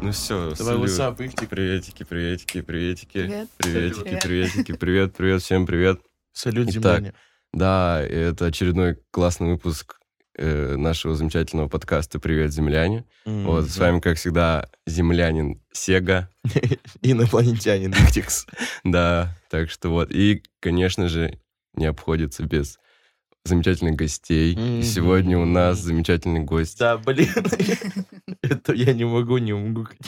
Ну все, Давай WhatsApp, ихтик. Приветики, приветики, приветики. Привет. Приветики, Привет. приветики, привет, привет, всем привет. Салют, Итак. Димоне. Да, это очередной классный выпуск э, нашего замечательного подкаста «Привет, земляне». М, Вот, с да. вами, как всегда, землянин Сега. Инопланетянин Ихтикс. Да, так что вот. И, конечно же, не обходится без замечательных гостей. И Мгм. сегодня у нас замечательный гость. Да, блин. Это я не могу не умгукать.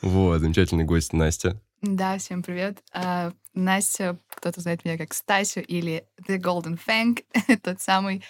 Вот, замечательный гость Настя. Да, всем привет. А, Настя, кто-то знает меня как Стасю или The Golden Fang, тот самый.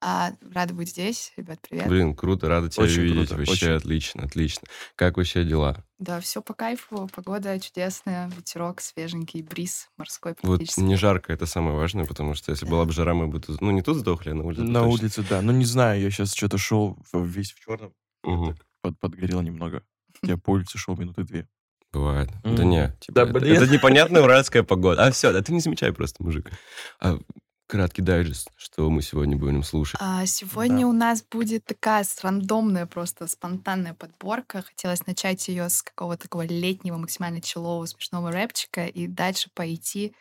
А, рада быть здесь. Ребят, привет. Блин, круто, рада тебя Очень видеть. круто, вообще очень. отлично, отлично. Как вообще дела? Да, все по кайфу. Погода чудесная, ветерок свеженький, бриз морской Вот практически. не жарко, это самое важное, потому что если была бы жара, мы бы тут... Ну, не тут сдохли, а на улице. На точно. улице, да. Ну, не знаю, я сейчас что-то шел весь в черном. Мгм. подгорел немного. Я по улице шел минуты две. Бывает. М. Да не, типа, Да это, блин. это непонятная уральская погода. А все, да ты не замечай просто, мужик. А, краткий дайджест, что мы сегодня будем слушать. А, сегодня Да. у нас будет такая с- рандомная, просто спонтанная подборка. Хотелось начать ее с какого-то такого летнего, максимально челового, смешного рэпчика и дальше пойти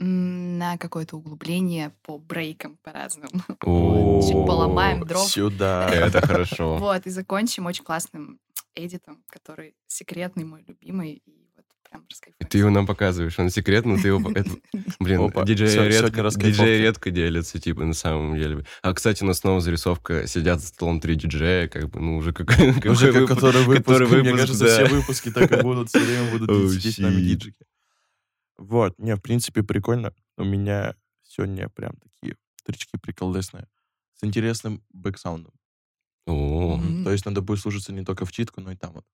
м, на какое-то углубление по брейкам по-разному. О, А, ну, Чуть поломаем дров. Сюда. Это хорошо. Вот, и закончим очень классным эдитом, который секретный, мой любимый. И вот прям И раскайфуемся. ты его нам показываешь, он секретный, ты его... это- Блин, Опа, диджеи, всё- сегодня редко, раскайфовки. диджеи редко делятся, типа, на самом деле. А, кстати, у нас снова зарисовка, сидят за столом три диджея, как бы, ну, уже как... какой Уже как выпуск. который выпуск. который Мне выпуск, кажется, да. все выпуски так и будут. Все время будут Oh, сидеть с нами shit. диджики. Вот. Не, в принципе, прикольно. У меня сегодня прям такие трички приколдесные. С интересным бэксаундом. О, Мгм. То есть надо будет слушаться не только в читку, но и там вот.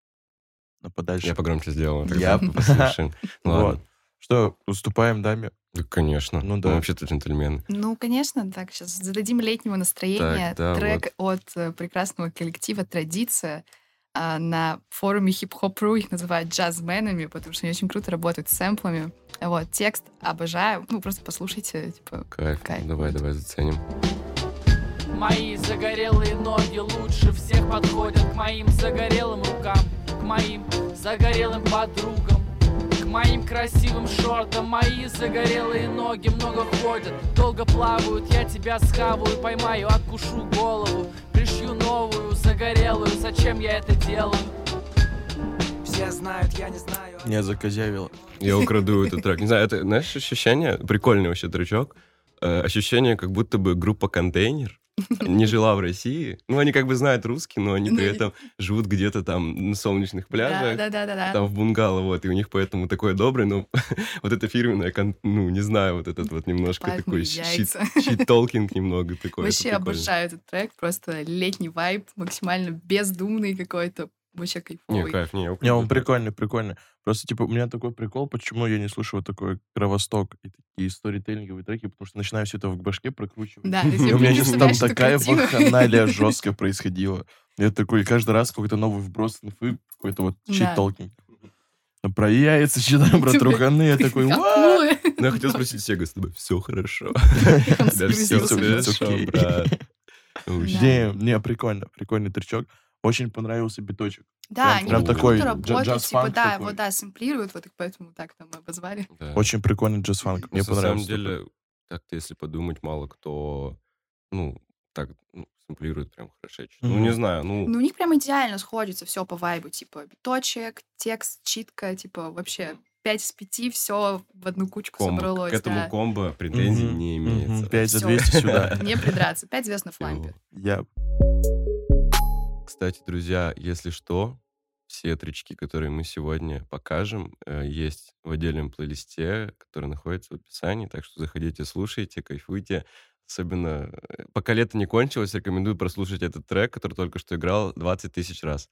На подальше. я погромче сделал. Я- послушаем. Вот. Ладно. Что, уступаем даме? Да, конечно. Ну Ну да. да. Вообще-то джентльмены. Ну, конечно, так, сейчас зададим летнего настроения. Так, да, Трек от э, прекрасного коллектива «Традиция». а, на форуме хип-хоп.ру их называют джазменами, потому что они очень круто работают с сэмплами. Вот, текст обожаю. Ну, просто послушайте, типа, Кайф. Кайф. Давай, давай заценим. Мои загорелые ноги лучше всех подходят к моим загорелым рукам, к моим загорелым подругам, к моим красивым шортам. Мои загорелые ноги много ходят, долго плавают, я тебя схаваю, поймаю, откушу голову, пришью новую, загорелую. Зачем я это делаю? Все знают, я не знаю. Не, закозявила. Я украду этот трек. Не знаю, это, знаешь, ощущение, прикольный вообще трючок, э, ощущение, как будто бы группа «Контейнер» не жила в России. Ну, они как бы знают русский, но они при Ну и- этом живут где-то там на солнечных пляжах. да-да-да-да. Там в бунгало, вот, и у них поэтому такой добрый, но вот это фирменное, кон- ну, не знаю, вот этот вот немножко Пальмы, такой щит, яйца. щит-толкинг немного такой. это Вообще прикольно. обожаю этот трек. Просто летний вайб, максимально бездумный какой-то. Вообще Не, кайфовый. кайф, не, я Не, украду. он прикольный, прикольный. Просто, типа, у меня такой прикол, почему я не слушаю вот такой кровосток и такие сторителлинговые треки, потому что начинаю все это в башке прокручивать. Да, если И у меня представляешь сейчас там эту такая картину. вакханалия жесткая происходила. Я такой, каждый раз какой-то новый вброс инфы, какой-то вот Да. щит-толкинг. Ну, Про яйца читаем, про Ты, блядь, труханы, я такой, «Ва!» Капнула. Ну, я хотел спросить Сега, с тобой все хорошо? Он Да, все сгрузился. всё, всё хорошо, окей. брат. Вообще. Не, не, прикольно, прикольный трючок. Очень понравился биточек. Да, Прям- они прям круто такой джа- работают, типа, джаз-фанк да, такой. его, да, сэмплируют, вот их поэтому так там и обозвали. Да. Очень прикольный джаз-фанк. Мне Ну, на самом понравился. такой. деле, так-то если подумать, мало кто, ну, так, ну, сэмплирует прям хорошечко. Ну, Мгм. не знаю, ну, Ну, у них прям идеально сходится все по вайбу, типа, точек, текст, читка, типа, вообще 5 из 5, все в одну кучку комбо, собралось. к этому да. комбо претензий Мгм, не мгм. имеется. Пять за Всё. 200 сюда. Не придраться, 5 звезд на флампе. Всё. Я Кстати, друзья, если что, все трички, которые мы сегодня покажем, э, есть в отдельном плейлисте, который находится в описании. Так что заходите, слушайте, кайфуйте. Особенно, э, пока лето не кончилось, рекомендую прослушать этот трек, который только что играл 20 тысяч раз.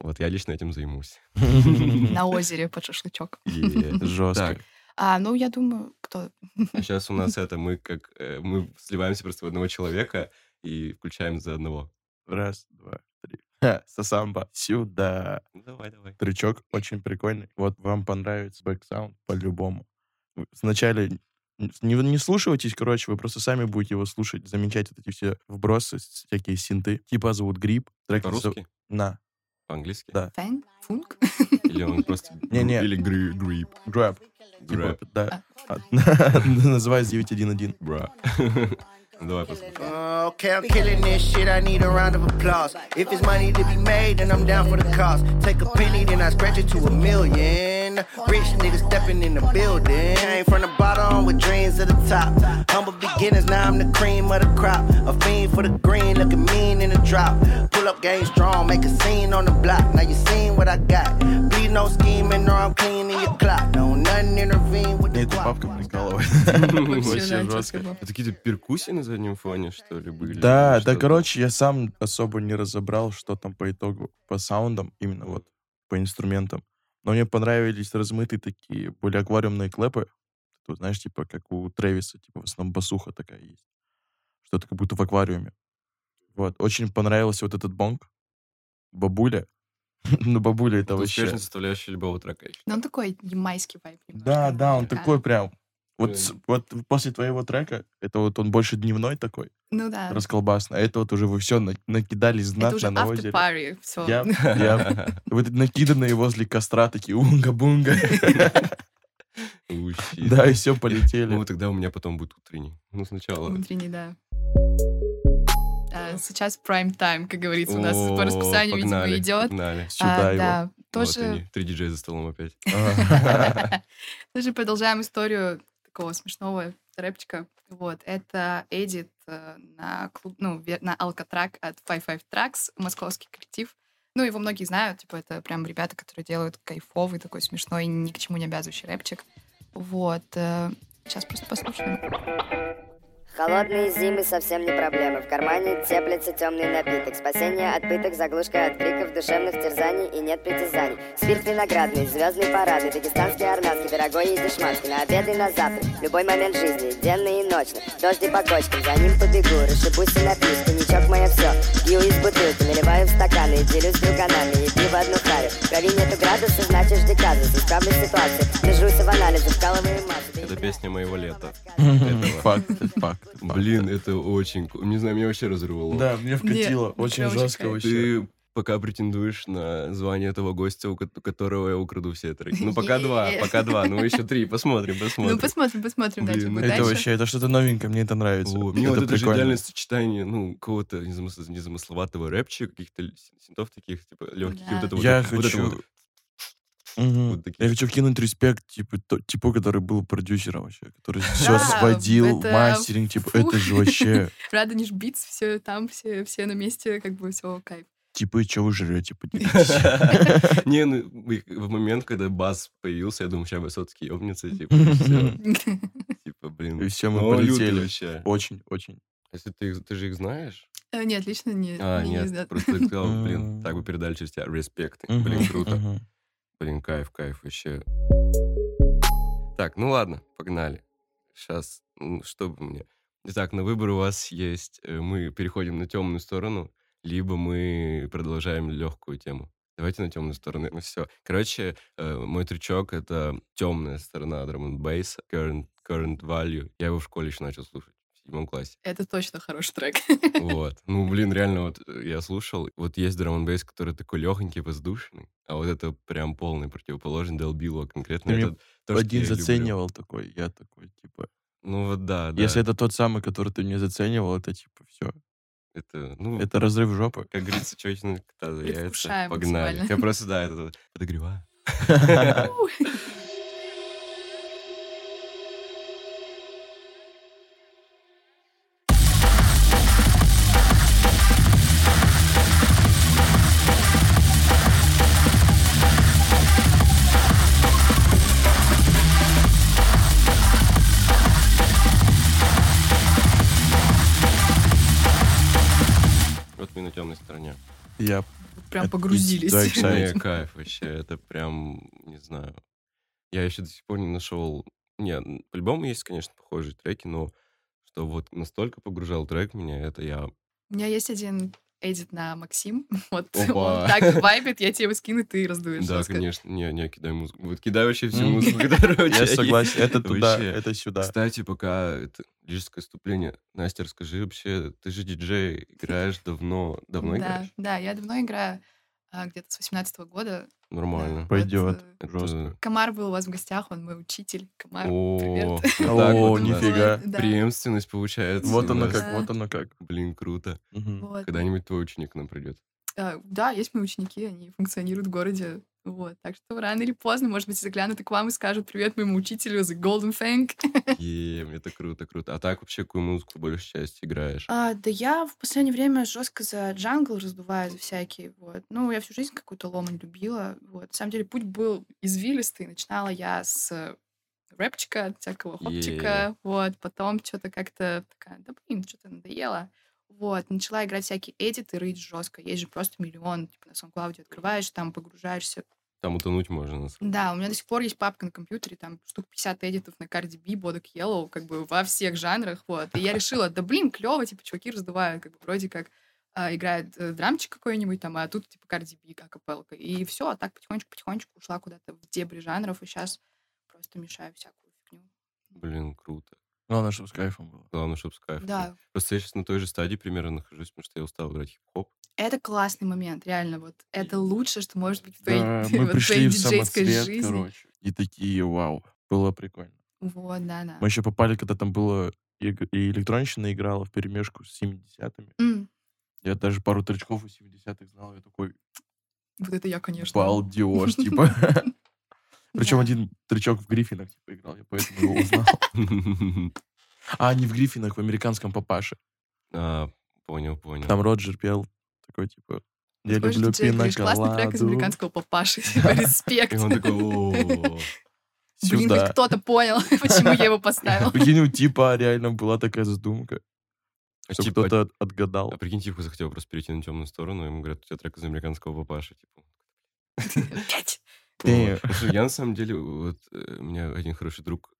Вот, я лично этим займусь. На озере под шашлычок. Е. жестко. Так, А, ну, я думаю, кто... а сейчас у нас это, мы как, э, мы сливаемся просто в одного человека и включаем за одного. Раз, два, три. Ха, Сосамба. Сюда. Ну, давай, давай. Трючок очень прикольный. Вот вам понравится бэксаунд по-любому. Вы Сначала не, не слушайтесь, короче, вы просто сами будете его слушать, замечать вот эти все вбросы, с- всякие синты. Типа зовут Гриб. Трек По-русски? На. По-английски? Да. Фэнк? Функ? Или он просто... Не-не. Или гри- грип. Grab. Грэп, Типа, да. А. Называется 911. бра. Ну, Давай посмотрим. Uh, Okay, I'm killing this shit. I need a round of applause. If it's money to be made, then I'm down for the cost. Take a penny, then I scratch it to a million. Rich niggas stepping in the building. Came from the bottom with dreams of the top. Humble beginners, now I'm the cream of the crop. A fiend for the green, looking mean in the drop. Pull up game strong, make a scene on the block. Now you seen what I got. Be no scheming, or I'm cleaning your clock. Don't nothing intervene with Мне the эта guap. папка прикалывает. Вообще да, жестко. тяжело. Это какие-то перкуссии на заднем фоне, что ли, были? Да, Или да, что-то? короче, я сам особо не разобрал, что там по итогу по саундам, именно вот по инструментам. Но мне понравились размытые такие, были аквариумные клэпы. Тут, знаешь, типа как у Трэвиса, типа в основном басуха такая есть. Что-то как будто в аквариуме. Вот, очень понравился вот этот бонг. Бабуля. Ну, бабуля это Это вообще... успешная составляющая любого трека. Ну, он такой ямайский вайп немножко. Да, да, он Такая. такой прям. Вот, с- Прям. вот после твоего трека, это вот он больше дневной такой, Ну да. расколбасный, а это вот уже вы все накидались Это знатно уже на озере. after party. Все. Я, я, вот эти накиданные возле костра такие унга-бунга. Ух, щит. Да, и все полетели. Ну, тогда у меня потом будет утренний. Ну, сначала... Внутренний, да. А, Сейчас prime time, как говорится, у нас О, по расписанию, видимо, погнали, идет. Погнали. Сюда А, его. да, Вот тоже они, Три диджея за столом опять. Ага. Тоже продолжаем историю такого смешного рэпчика. Вот, это эдит э, на клуб, ну, ве- на алкотрак от Five Five Tracks, московский коллектив. Ну, его многие знают, типа, это прям ребята, которые делают кайфовый такой смешной, ни к чему не обязывающий рэпчик. Вот, э, сейчас просто послушаем. Холодные зимы совсем не проблема. В кармане теплится темный напиток. Спасение от пыток, заглушка от криков, душевных терзаний и нет притязаний. Спирт виноградный, звездные парады, дагестанский армянский, дорогой и дешманский. На обед и на завтрак, любой момент жизни, денный и ночный. Дожди по кочкам, за ним побегу, расшибусь и напьюсь. Коньячок мое все, пью из бутылки, наливаю в стаканы и делюсь с друганами. И пью в одну харю. В крови нету градуса, значит жди казуса. Исправлю ситуацию, держусь в анализе, вкалываю массу. Да Это играю. песня моего лета. Факт, факт, факт. Блин, это очень... ку- Не знаю, меня вообще разрывало. Да, мне вкатило. мне Очень прям очень жестко кайф. вообще. Ты пока претендуешь на звание этого гостя, у ко- у которого я украду все треки. Ну, пока Е. два, пока два. Ну, еще три. Посмотрим, Ну, посмотрим. посмотрим, посмотрим, да, Блин, что ну будет Это дальше. вообще, это что-то новенькое, мне это нравится. О, Мне вот это же прикольно. идеальное сочетание, ну, какого-то незамысл- незамысловатого рэпчика, каких-то л- син- синтов таких, типа, легких. Да. Вот это вот, Я вот это хочу... вот. Мгм. вот такие. Я хочу вкинуть респект типа, то- типу, который был продюсером вообще, который все Да, сводил, это- мастеринг, типа, фу. это же вообще, Рада не битс, все там, все, все на месте, как бы все кайф. типа, что вы жрете, поделитесь. Не, ну, вы- в момент, когда бас появился, я думаю, сейчас Высоцкий ебнется, типа, и всё. Типа, блин. И все, мы Но лютый полетели. вообще. Очень, очень. Если ты, их- ты же их знаешь? Э, Нет, лично не, А, не нет, знаю. просто ты сказал, блин, М. так бы передали через тебя респект. Блин, Мгм, круто. мгм. Блин, кайф, кайф вообще. Так, ну ладно, погнали. Сейчас, что бы мне... Итак, на выбор у вас есть... э, Мы переходим на темную сторону, либо мы продолжаем легкую тему. Давайте на темную сторону. Ну все. Короче, э, мой трючок — это темная сторона драм бейса current, current Value. Я его в школе еще начал слушать, в седьмом классе. Это точно хороший трек. Вот. Ну, блин, реально, вот э, я слушал. Вот есть драм бейс который такой легонький, воздушный, а вот это прям полный противоположный Делбилу конкретно. Ты мне Это то, что Один я люблю. заценивал такой, я такой, типа. Ну вот да, да. Если это тот самый, который ты не заценивал, это типа все. Это, ну, Это разрыв жопы. как говорится, чётина кота за яйца. Предвкушаем Погнали. максимально. Я просто, да, это подогреваю. Вот мы на темной стороне. Я Прям Это погрузились. пиздец, да, Мне Кстати. кайф вообще, это прям, не знаю. Я еще до сих пор не нашел... Не, н- по-любому есть, конечно, похожие треки, но что вот настолько погружал трек меня, это я... У меня есть один эдит на Максим. Вот Опа. он так вайбит, я тебе его скину, ты раздуешь. Да, жестко. конечно. Не, не, кидай музыку. Вот кидай вообще всю М. музыку, которая у тебя я есть. согласен. Это туда, Вообще. это сюда. Кстати, пока это лирическое вступление. Настя, расскажи вообще, ты же диджей, играешь давно. Давно да, играешь? Да, я давно играю. А, а, где-то с 18 года. Нормально. Вот, Пойдет. э, Это- Жестко. Комар был у вас в гостях, он мой учитель. Комар, О, привет. вот так О, вот у нас нифига. А, Да. Преемственность получается. Вот у оно нас. как, вот оно как. Блин, круто. Мгм. Вот. Когда-нибудь твой ученик к нам придет. А, Да, есть мои ученики, они функционируют в городе. Вот, так что рано или поздно, может быть, заглянут и к вам и скажут привет моему учителю The Golden Fang. Ем, это круто, круто. А так вообще какую музыку большей части играешь? А, да я в последнее время жестко за джангл раздуваю, за всякие, вот. Ну, я всю жизнь какую-то ломань любила, вот. На самом деле, путь был извилистый. Начинала я с э, рэпчика, всякого хопчика, вот. Потом что-то как-то такая, да блин, что-то надоело. Вот, начала играть всякие эдиты, рыть жестко. Есть же просто миллион, типа на SoundCloud открываешь, там погружаешься. Там утонуть можно. на самом Да, у меня до сих пор есть папка на компьютере, там штук 50 эдитов на Cardi B, Bodak Yellow, как бы во всех жанрах, вот. И я решила, да блин, клево, типа, чуваки раздувают, как бы вроде как а, играет э, драмчик какой-нибудь там, а тут типа Cardi B, акапелка. И все, так потихонечку-потихонечку ушла куда-то в дебри жанров, и сейчас просто мешаю всякую фигню. деле. Блин, круто. Главное, чтобы Ну, с кайфом было. Главное, чтобы с кайфом. Да, Просто я сейчас на той же стадии примерно нахожусь, потому что я устал играть хип-хоп. это классный момент, реально, вот. Это лучшее, что может быть в твоей, Да, вот Э, мы в пришли твоей в диджейской самоцвет, жизни. короче. И такие, вау, было прикольно. Вот, да-да. Мы еще попали, когда там было и г- и электронщина играла в перемешку с 70-ми. М, Я даже пару тречков из 70-х знал. Я такой, Вот это я, конечно. балдеж, типа. Причем Да. один тречок в Гриффинах типа, играл, я поэтому его узнал. А, не в Гриффинах, в американском папаше. А, Понял, понял. Там Роджер пел такой, типа, я Слушай, люблю диджей, говоришь, классный трек из пиноколаду. американского папаши. Типа, Респект. И он такой, «О, Блин, хоть Сюда. кто-то понял, почему я его поставил. Прикинь, у типа реально была такая задумка, А что типа- кто-то от- отгадал. А прикинь, типа захотел просто перейти на темную сторону, ему говорят, у тебя трек из американского папаши. Типа, Опять. Ты- Вот. Слушай, я на самом деле, вот э, у меня один хороший друг,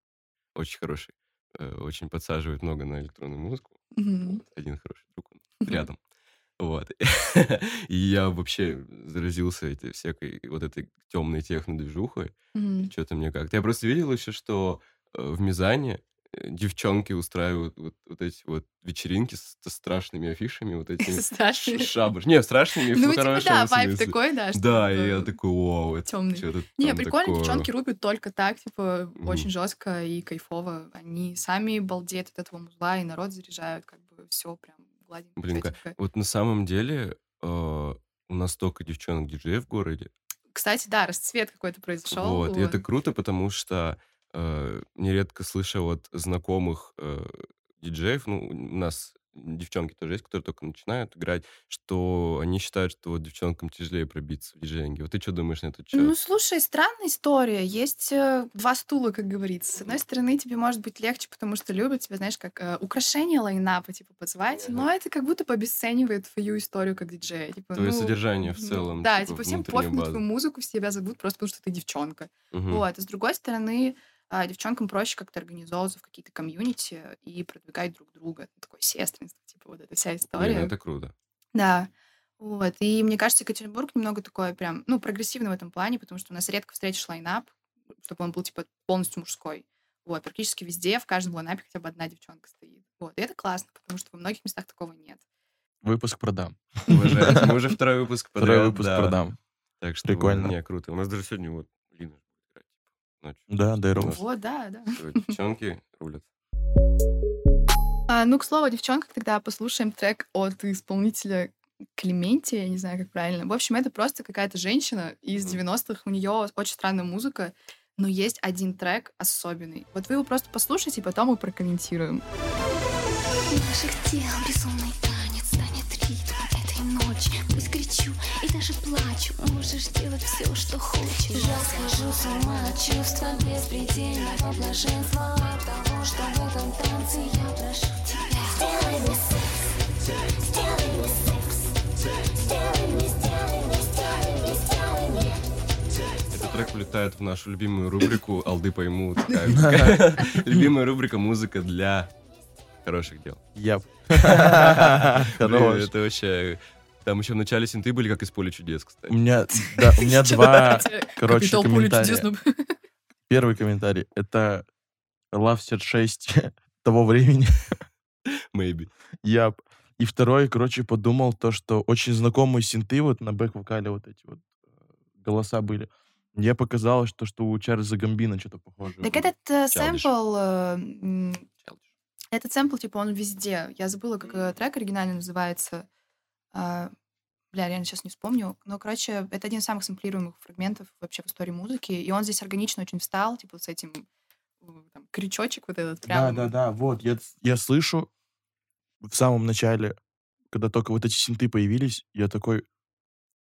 очень хороший, э, очень подсаживает много на электронную музыку. Мгм. Вот, один хороший друг, он рядом. Вот. И я вообще заразился этой всякой вот этой темной техно-движухой. Мгм. Что-то мне как-то. Я просто видел еще, что э, в Мизане э, девчонки устраивают вот, вот эти вот вечеринки с, со страшными афишами, вот этими Страшный. ш- шабаш. Не, страшными в Ну, типа, хорошем да, вайб смысле. такой, да. что Да, и я типа, такой, вау, это тёмный. чё-то Не, там прикольно, такое». девчонки рубят только так, типа, Мгм. очень жестко и кайфово. Они сами балдеют от этого музла, и народ заряжают, как бы, все прям гладенько. Блин, ка- чётенько. Вот на самом деле э, у нас столько девчонок-диджеев в городе. Кстати, да, расцвет какой-то произошел. вот, и это круто, потому что э, нередко слышал от знакомых э, диджеев, ну, у нас девчонки тоже есть, которые только начинают играть, что они считают, что вот девчонкам тяжелее пробиться в диджеинге. Вот ты что думаешь на этот счет? Ну, слушай, странная история. Есть э, два стула, как говорится. С одной стороны, тебе может быть легче, потому что любят тебя, знаешь, как э, украшение лайнапа, типа, позвать, но это как будто бы обесценивает твою историю как диджея. Типа, Твое ну, содержание в ну, целом. Да, типа, всем внутренняя пофиг на база. Хм. твою музыку, все тебя зовут просто потому, что ты девчонка. Мгм. Вот. А с другой стороны, а, девчонкам проще как-то организовываться в какие-то комьюнити и продвигать друг друга. Такое сестринство, типа, вот эта вся история. Блин, ну, это круто. Да. Вот. И мне кажется, Екатеринбург немного такой прям, ну, прогрессивный в этом плане, потому что у нас редко встретишь лайнап, чтобы он был, типа, полностью мужской. Вот, практически везде, в каждом лайнапе хотя бы одна девчонка стоит. Вот, и это классно, потому что во многих местах такого нет. Выпуск продам. Уважаемые, мы уже второй выпуск Второй подряд, выпуск да. продам. Так что, Прикольно. не, круто. У нас даже сегодня вот Лина будет играть. типа, Ночью. Да, да, и ровно. Классно. Вот, да, да. Всё, Девчонки рулят. А, ну, к слову, о девчонках, тогда послушаем трек от исполнителя Клементия, я не знаю, как правильно. В общем, это просто какая-то женщина из Мгм. 90-х, у нее очень странная музыка, но есть один трек особенный. Вот вы его просто послушайте, и потом мы прокомментируем. Наших тел безумный танец станет ритмом этой ночи Пусть кричу и даже плачу Можешь делать все, что хочешь Я схожу с ума от чувства беспредельного блаженства От того, что в этом танце я прошу тебя Сделай мне секс, сделай мне секс Сделай мне, сделай мне, сделай мне, сделай мне Этот трек улетает в нашу любимую рубрику «Алды поймут». как- Любимая рубрика «Музыка для хороших дел». Я. Блин, Хорош. Это вообще... Там еще в начале синты были, как из поля чудес, У кстати. меня, да, у меня два, короче, Капитал Поле комментария. чудесно. Первый комментарий — это Love 6 того времени. Maybe. Я И второй, короче, подумал то, что очень знакомые синты вот на бэк-вокале вот эти вот э, голоса были. Мне показалось, что, что у Чарльза Гамбина что-то похожее. Так было. этот э, Childish. сэмпл... э, м, Этот сэмпл, типа, он везде. Я забыла, как э, трек оригинально называется. А, Бля, реально сейчас не вспомню. Но, короче, это один из самых сэмплируемых фрагментов вообще в истории музыки. И он здесь органично очень встал, типа, с этим м, там, крючочек вот этот Да, прям. да, да, вот, я, я слышу в самом начале, когда только вот эти синты появились, я такой,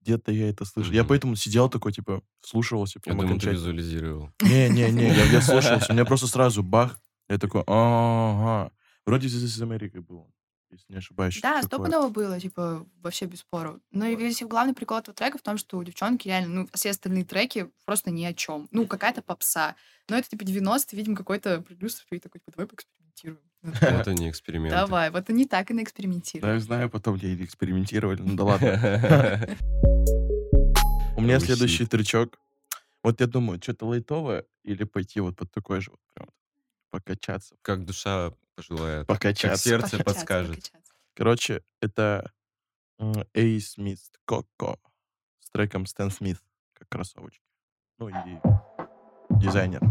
где-то я это слышу. Я Мгм. поэтому сидел такой, типа, слушался, Я прям думаю, ты окончательно. визуализировал. Не-не-не, я, я слушался, у меня просто сразу бах, я такой, ага. Вроде здесь из Америки был, если не ошибаюсь. что-то Да, такое. стопудово было, типа, вообще без спору. Ну и весь главный прикол этого трека в том, что у девчонки реально, ну, все остальные треки просто ни о чем. Ну, какая-то попса. Но это, типа, 90-е, видимо, какой-то продюсер и такой, типа, давай поэкспериментируем. Ну, такое, Вот они, эксперименты. Давай, вот они так и Да, наэкспериментируют. я знаю, потом я экспериментировали, ну да ладно. У меня Ой, следующий сид. трючок. Вот я думаю, что-то лайтовое или пойти вот под такой же вот прям покачаться. Как душа пожелает. Как Покачаться. сердце Покачаться, подскажет. покачаться. Короче, это м, Эй Смит Коко с треком Стэн Смит, как кроссовочки. Ну и дизайнер.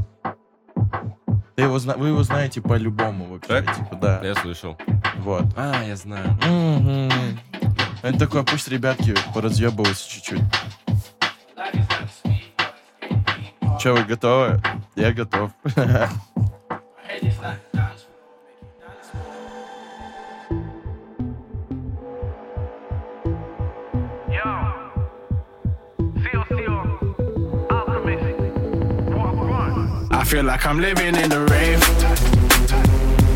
Ты его, зна- вы его знаете по-любому вообще. Так? Типа, да. Я слышал. Вот. А, я знаю. Мгм. Это такое, пусть ребятки поразъебываются чуть-чуть. Че, вы готовы? Я готов. I feel like I'm living in a rave.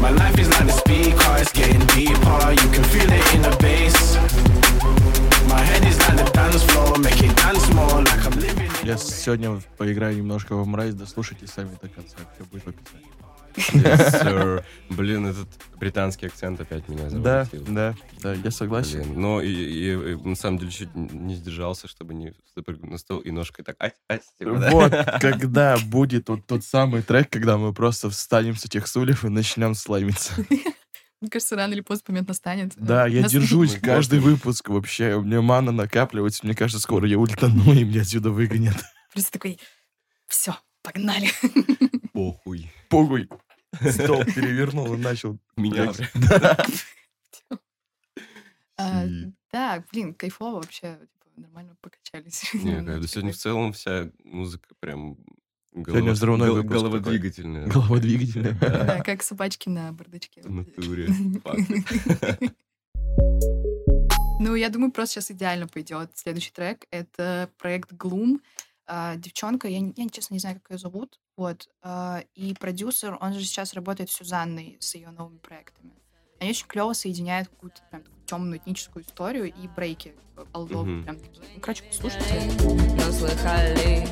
My life is like a speaker, it's getting deeper. You can feel it in the bass. My head is like the dance floor, make it dance more like I'm living in Я сегодня вот поиграю немножко в мразь, дослушайте сами до конца, все будет в описании. Yes, sir. Блин, этот британский акцент опять меня Да, заводил. да, да, я согласен. Блин, ну и, и- и на самом деле чуть не сдержался, чтобы не запрыгнуть на стол и ножкой так ать, ать, типа, да. Вот когда будет вот тот самый трек, когда мы просто встанем с этих стульев и начнем слаймиться. Мне кажется, рано или поздно момент настанет. э, Да, я Нас- держусь каждый выпуск вообще. У меня мана накапливается. Мне кажется, скоро я улетану, и меня отсюда выгонят. Просто такой, все, погнали. Похуй. Погуй. Стол перевернул и начал. Меня. Блин. А, И- Да, блин, кайфово вообще. типа, Нормально покачались. Типа, Не, да сегодня в целом вся музыка прям Сегодня голова- взрывной гол- выпуск такой. головодвигательная. Головодвигатель. Да, как собачки на бардачке. э, В натуре. Фак. Ну, я думаю, просто сейчас идеально пойдет следующий трек. Это проект Gloom. А, Девчонка, я, не- я, честно, не знаю, как ее зовут. Вот. а, И продюсер, он же сейчас работает с Сюзанной, с ее новыми проектами. Они очень клево соединяют какую-то прям темную этническую историю и брейки олдовые. Мгм. Прям такие. Ну, короче, послушайте. Ну слыхали,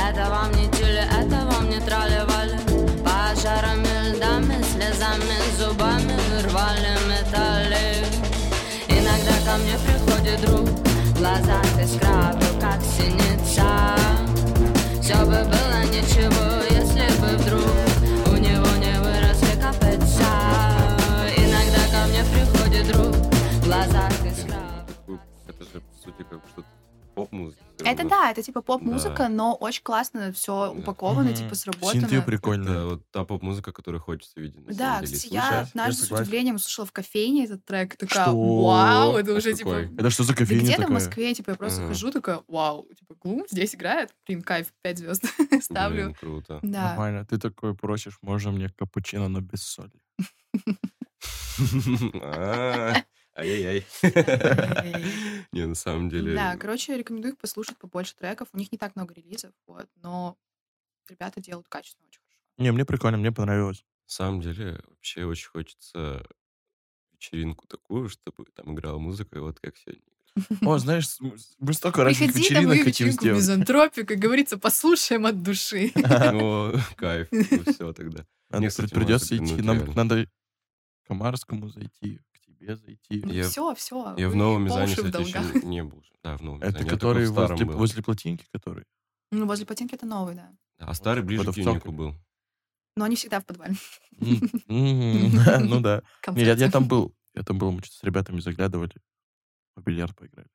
это вам не тюли, это вам не тролливали Пожарами, льдами, слезами, зубами вырвали металли Иногда ко мне приходит друг, в глазах искра, в руках синица Все бы было ничего, если бы вдруг у него не выросли капельца Иногда ко мне приходит друг, в глазах искра Это же, по сути, как что-то поп-музыка. всё Это равно. да, это типа поп-музыка, Да. но очень классно все Да. упаковано, Мгм. типа сработано. Синты Это прикольные. вот та поп-музыка, которую хочется видеть. на Да, самом деле, и кстати, я слушать. однажды с согласен. удивлением услышала в кофейне этот трек, и такая, Что? вау, это А уже что такое? типа... Это что за Да кофейня где-то в такая? Москве, типа, я просто Ага. хожу, такая, вау, типа, глум здесь играет, блин, кайф, 5 звезд Блин, ставлю. круто. Да. Нормально. Ты такой просишь, можно мне капучино, но без соли. А, Ай-яй-яй. Ай-яй-яй. Не, на самом деле... Да, короче, рекомендую их послушать побольше треков. У них не так много релизов, вот, но ребята делают качественно очень хорошо. Не, мне прикольно, мне понравилось. На самом деле, вообще очень хочется вечеринку такую, чтобы там играла музыка, вот как сегодня. О, знаешь, с- мы столько разных Приходи на вечеринок мою хотим вечеринку сделать. Мизантропик, как говорится, послушаем от души. Ну, кайф, ну все тогда. Надо Мне, кстати, пред- придется можно идти, заглянуть, нам реально. надо к Комарскому зайти, к тебе зайти. Я- Все, все. Я в Новом Мизане, кстати, еще не был. Да, в Новом Мизане. Это Я только который в старом возле, был. возле плотинки, который. Ну, возле потинки это новый, да. А старый ближе Это к в Цоколе. Юнику был. Но они всегда в подвале. М, м, Ну да. Не, я- Я там был. Я там был, мы что-то с ребятами заглядывали, в бильярд поиграли.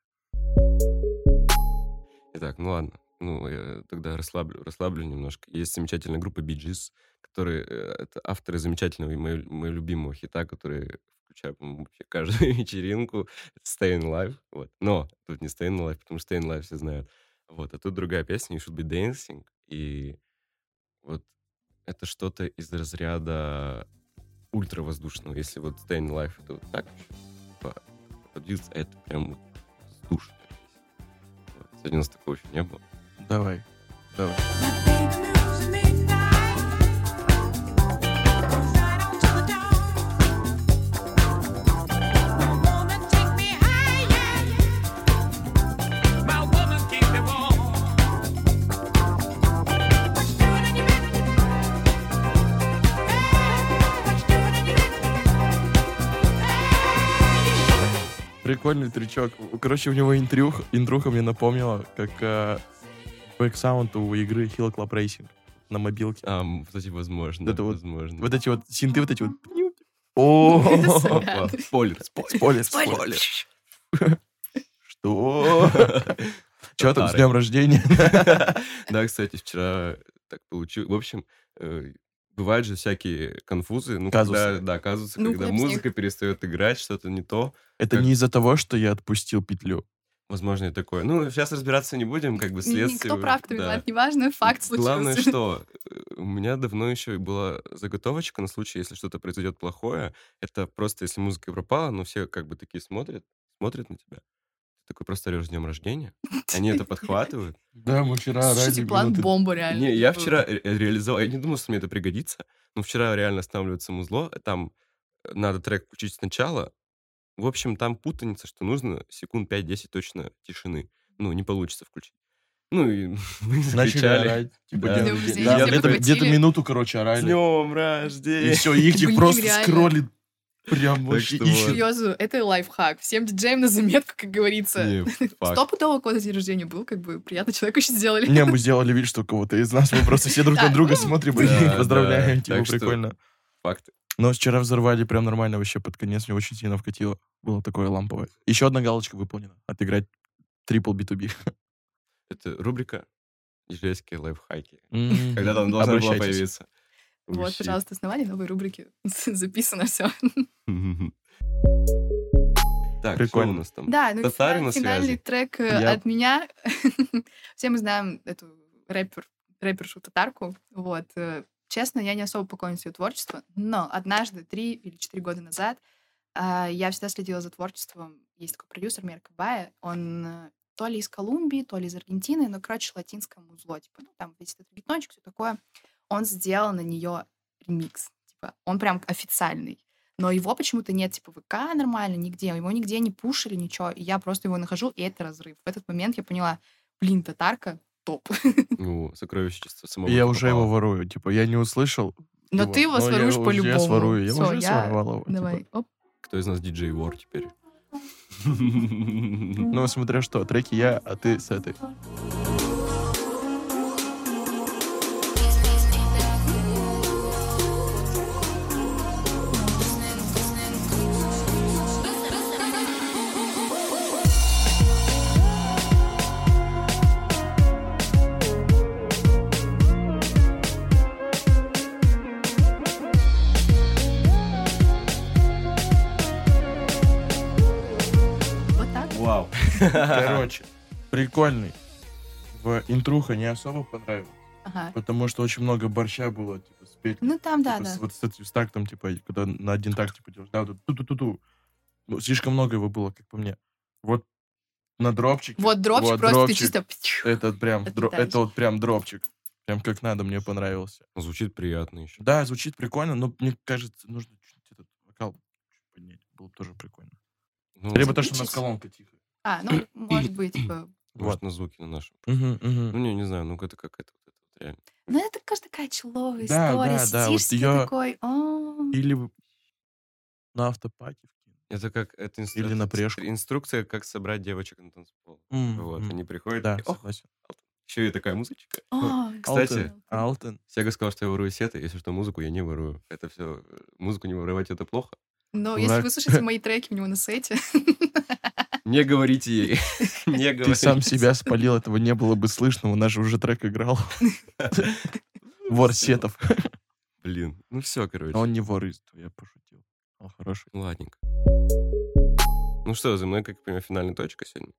Итак, ну ладно. Ну, я тогда расслаблю, расслаблю немножко. Есть замечательная группа Bee Gees, которые э, это авторы замечательного и моего, моего любимого хита, который включаю, по-моему, вообще каждую вечеринку. Это Stay in Life. Вот. Но тут не Stay in Life, потому что Stay in Life все знают. Вот. А тут другая песня, You Should Be Dancing. И вот это что-то из разряда ультравоздушного. Если вот Stay in Life, это вот так, типа, produce, это прям вот воздушная песня. Вот. Сегодня у нас такого еще не было. Давай, давай. Прикольный трючок. Короче, у него интрюх, интруха мне напомнила, как э, бэксаунд у игры Hill Club Racing на мобилке. А, м, кстати, возможно. Это вот- возможно. Вот эти вот синты, вот эти вот... О, Опа, спойлер. спойлер, спойлер. Что? Че там с Татары. днем рождения? Да, кстати, вчера так получилось. В общем, э, бывают же всякие конфузы. Ну, когда, Казусы. да, казусы, Ну, когда клепсник. музыка перестает играть, что-то не то. Это Как- не из-за того, что я отпустил петлю. Возможно, и такое. Ну, сейчас разбираться не будем, как бы следствие. Никто уже- прав, кто да. виноват, неважно, факт случился. Главное, что э, у меня давно еще и была заготовочка на случай, если что-то произойдет плохое. Это просто, если музыка пропала, ну, все как бы такие смотрят, смотрят на тебя. Такой просто орешь с днем рождения. Они А, это подхватывают. Да, мы вчера Слушайте, типа, план бомба реально. типа, Не, я был. вчера ре- э, реализовал, я не думал, что мне это пригодится, но вчера реально останавливается музло, там э, надо трек включить сначала. В общем, там путаница, что нужно секунд 5-10 точно тишины. Ну, не получится включить. Ну и мы Начали закричали. орать. Типа, Да. «Днем Да, рождения». друзей Да, все где-то- подхватили. Где-то минуту, короче, С орали. днем И рождения! все, их типа Блин, просто реально. скроллит. Прям Так вообще что ищет. Серьезно, это лайфхак. Всем диджеям на заметку, как говорится. Не, факт. Стопудово кого-то день рождения был, как бы приятно человеку еще сделали. Не, мы сделали вид, что у кого-то из нас мы просто все друг Да, на друга ну, смотрим да, и поздравляем. да, Типа так что- прикольно. Факт. Но вчера взорвали прям нормально вообще под конец. Мне очень сильно вкатило. Было такое ламповое. Еще одна галочка выполнена. Отыграть трипл B2B. Это рубрика «Ежельские лайфхаки». М. Когда там должна была Обращайтесь. появиться. Вот, Щит. пожалуйста, основание новой рубрики. Записано все. Так, Прикольно. что у нас там? Да, ну и Татары фина- на финальный связи. трек э, Я- от меня. Все мы знаем эту рэпер, рэпершу татарку. Вот. э, Честно, я не особо поклонница ее творчества, но однажды, три или четыре года назад, а, я всегда следила за творчеством. Есть такой продюсер Мерка Бая. Он э, то ли из Колумбии, то ли из Аргентины, но, короче, латинское музло. Типа, ну, там весь этот битночек, все такое. Он сделал на нее ремикс. Типа, он прям официальный. Но его почему-то нет, типа, ВК нормально, нигде. Его нигде не пушили, ничего. И я просто его нахожу, и это разрыв. В этот момент я поняла, блин, татарка топ. Ну, сокровище чувства самого. Я уже его ворую. Типа, я не услышал. Но Ну, ты его Ну, я своруешь уже по-любому. сворую. Я Всё, уже я- своровал его. типа. Давай, оп. Кто из нас диджей вор теперь? Ну, смотря что, треки я, а ты с этой. Вот так. Вау. Короче, прикольный. В интруха не особо понравилось, Ага. потому что очень много борща было, типа, спеть. Ну там, да, Типа, да. с- Вот с этим с тактом, типа, и когда на один такт, типа, делаешь, да, вот ту-ту-ту-ту. Ну, слишком много его было, как по мне. Вот на дропчике. Вот дропчик, вот Э, просто дропчик. ты чисто... Это прям, Это дро- дальше. это вот прям дропчик. Прям как надо, мне понравился. Звучит приятно еще. Да, звучит прикольно, но мне кажется, нужно чуть-чуть этот вокал чуть поднять. Было бы тоже прикольно. Ну, Либо то, что у нас Звучит. колонка тихо. А, ну, может быть, типа... может, на звуки на нашем. Ну, не, не знаю, ну это какая-то вот это вот реально. Ну, это, конечно, такая человая Да, история. да, да, вот Сидишь ты её- такой... «А, «О, Или в- на автопате. Это как это инстру- Или на прешку. инструкция, как собрать девочек на танцпол. Вот, они приходят, Да, такие, «Ох, согласен. еще и такая музычка. о, Кстати, круто». Алтен. Сега сказал, что я ворую сеты, если что, музыку я не ворую. Это все, музыку не воровать, это плохо. Но Ну, если Дурак. вы слушаете мои треки у него на сете, Не говорите ей. Не Ты сам говорите. себя спалил, этого не было бы слышно. У нас же уже трек играл. Вор сетов. Блин, ну все, короче. Но а он не вор, из- я пошутил. Он хороший. Ладненько. Ну что, за мной, как я понимаю, финальная точка сегодня.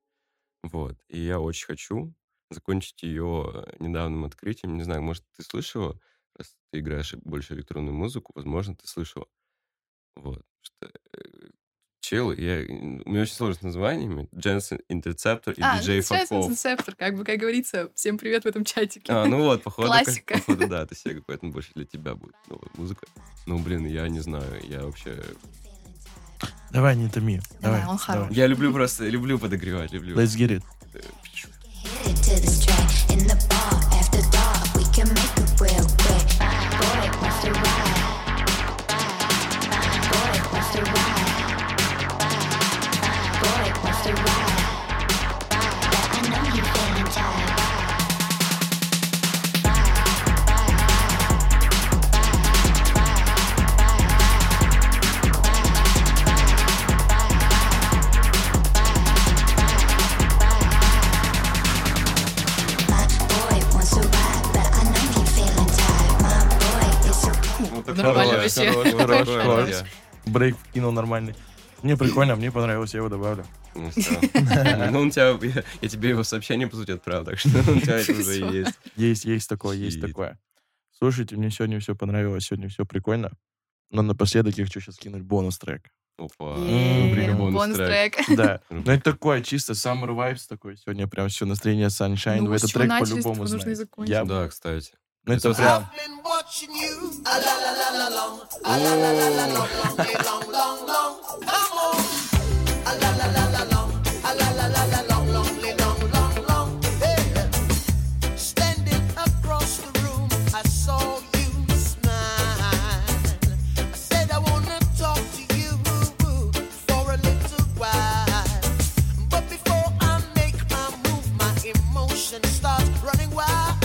Вот. И я очень хочу закончить ее э, недавним открытием. Не знаю, может, ты слышала, раз ты играешь больше электронную музыку, возможно, ты слышала. Вот. Что, э, чел, я, э, у меня очень сложно с названиями. Дженсен Интерцептор и а, ну, Диджей сейчас Фоков. Inceptor, как бы, как говорится, всем привет в этом чатике. А, ну вот, походу, как- Классика. походу, да, это Сега, поэтому больше для тебя будет новая музыка. Ну, блин, я не знаю, я вообще... Давай, не томи. Давай, Давай, он давай. хорош. Я люблю просто, люблю подогревать, люблю. Let's get it. Hit it to the strike in the bar after dark. We can make it real quick. Boy wants to ride. Boy wants to ride. Boy wants to ride. I know you're feeling tired. My boy wants to ride, but I know you're feeling tired. My boy is a Ну, так Нормально хорош, вообще. хорош, хорош, Хорош. хорош. Хорош. Брейк кинул нормальный. Мне прикольно, мне понравилось, я его добавлю. Ну, всё. Ну, он тебя, я, я тебе его сообщение, по сути, отправил, так что у тебя это уже Всё. есть. Есть, есть такое, есть Хит. такое. Слушайте, мне сегодня все понравилось, сегодня все прикольно. Но напоследок я хочу сейчас кинуть бонус трек. Опа. Е, Рубрика Бонус трек. Да. Рубрика. Ну это такое, чисто summer vibes такой. Сегодня прям все настроение sunshine. Ну, Вы с этот чего трек начали, с по-любому того нужно и знаете. закончить. Я- Да, кстати. Ну это Сейчас прям... Standing across the room, I saw you smile. I said I wanna talk to you for a little while. But before I make my move, my emotions start running wild.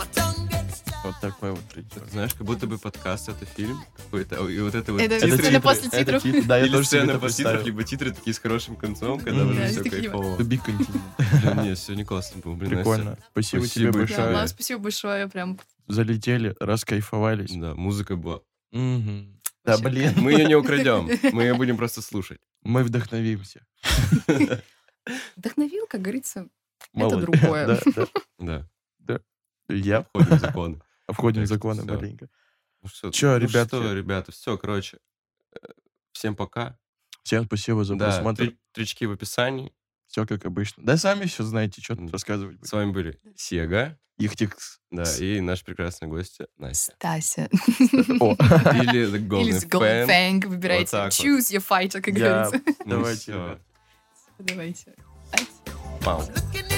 My tongue gets Вот tied. такой вот трек. Это, знаешь, как будто бы подкаст, это фильм какой-то, и вот это вот Это- титры, это титры. после Это титров. тит- Да, я Или тоже себе сцена это по титрам, представил. либо титры такие с хорошим концом, когда Мгм. уже Да, все такие. кайфово. To be continued. Блин, нет, сегодня классно было, блин, Прикольно. Спасибо Спасибо тебе большое. Да, вам большое. спасибо большое, прям. Залетели, раскайфовались. Настя. Да, музыка была. Мгм. Да, Вообще. блин. Мы ее не украдем, мы ее будем просто слушать. Мы вдохновимся. Вдохновил, как говорится. Молодец. другое. Да, да. Да, Я входим в закон. обходим Так что законы всё. маленько. Ну что, Чё, ну ребятки? что, ребята, все, короче, э, всем пока. Всем спасибо за Да, просмотр. три- трички в описании. Все как обычно. Да сами все знаете, что М. тут рассказывать. С вами были Сега, Их текст. да, и наш прекрасный гость Настя. Стася. О, Или The Или Golden с Golden Fan. Fang. Выбирайте. Вот так вот. Choose your fighter, как Я- говорится. Ну Давайте, всё, ребят. Давайте. пау. Looking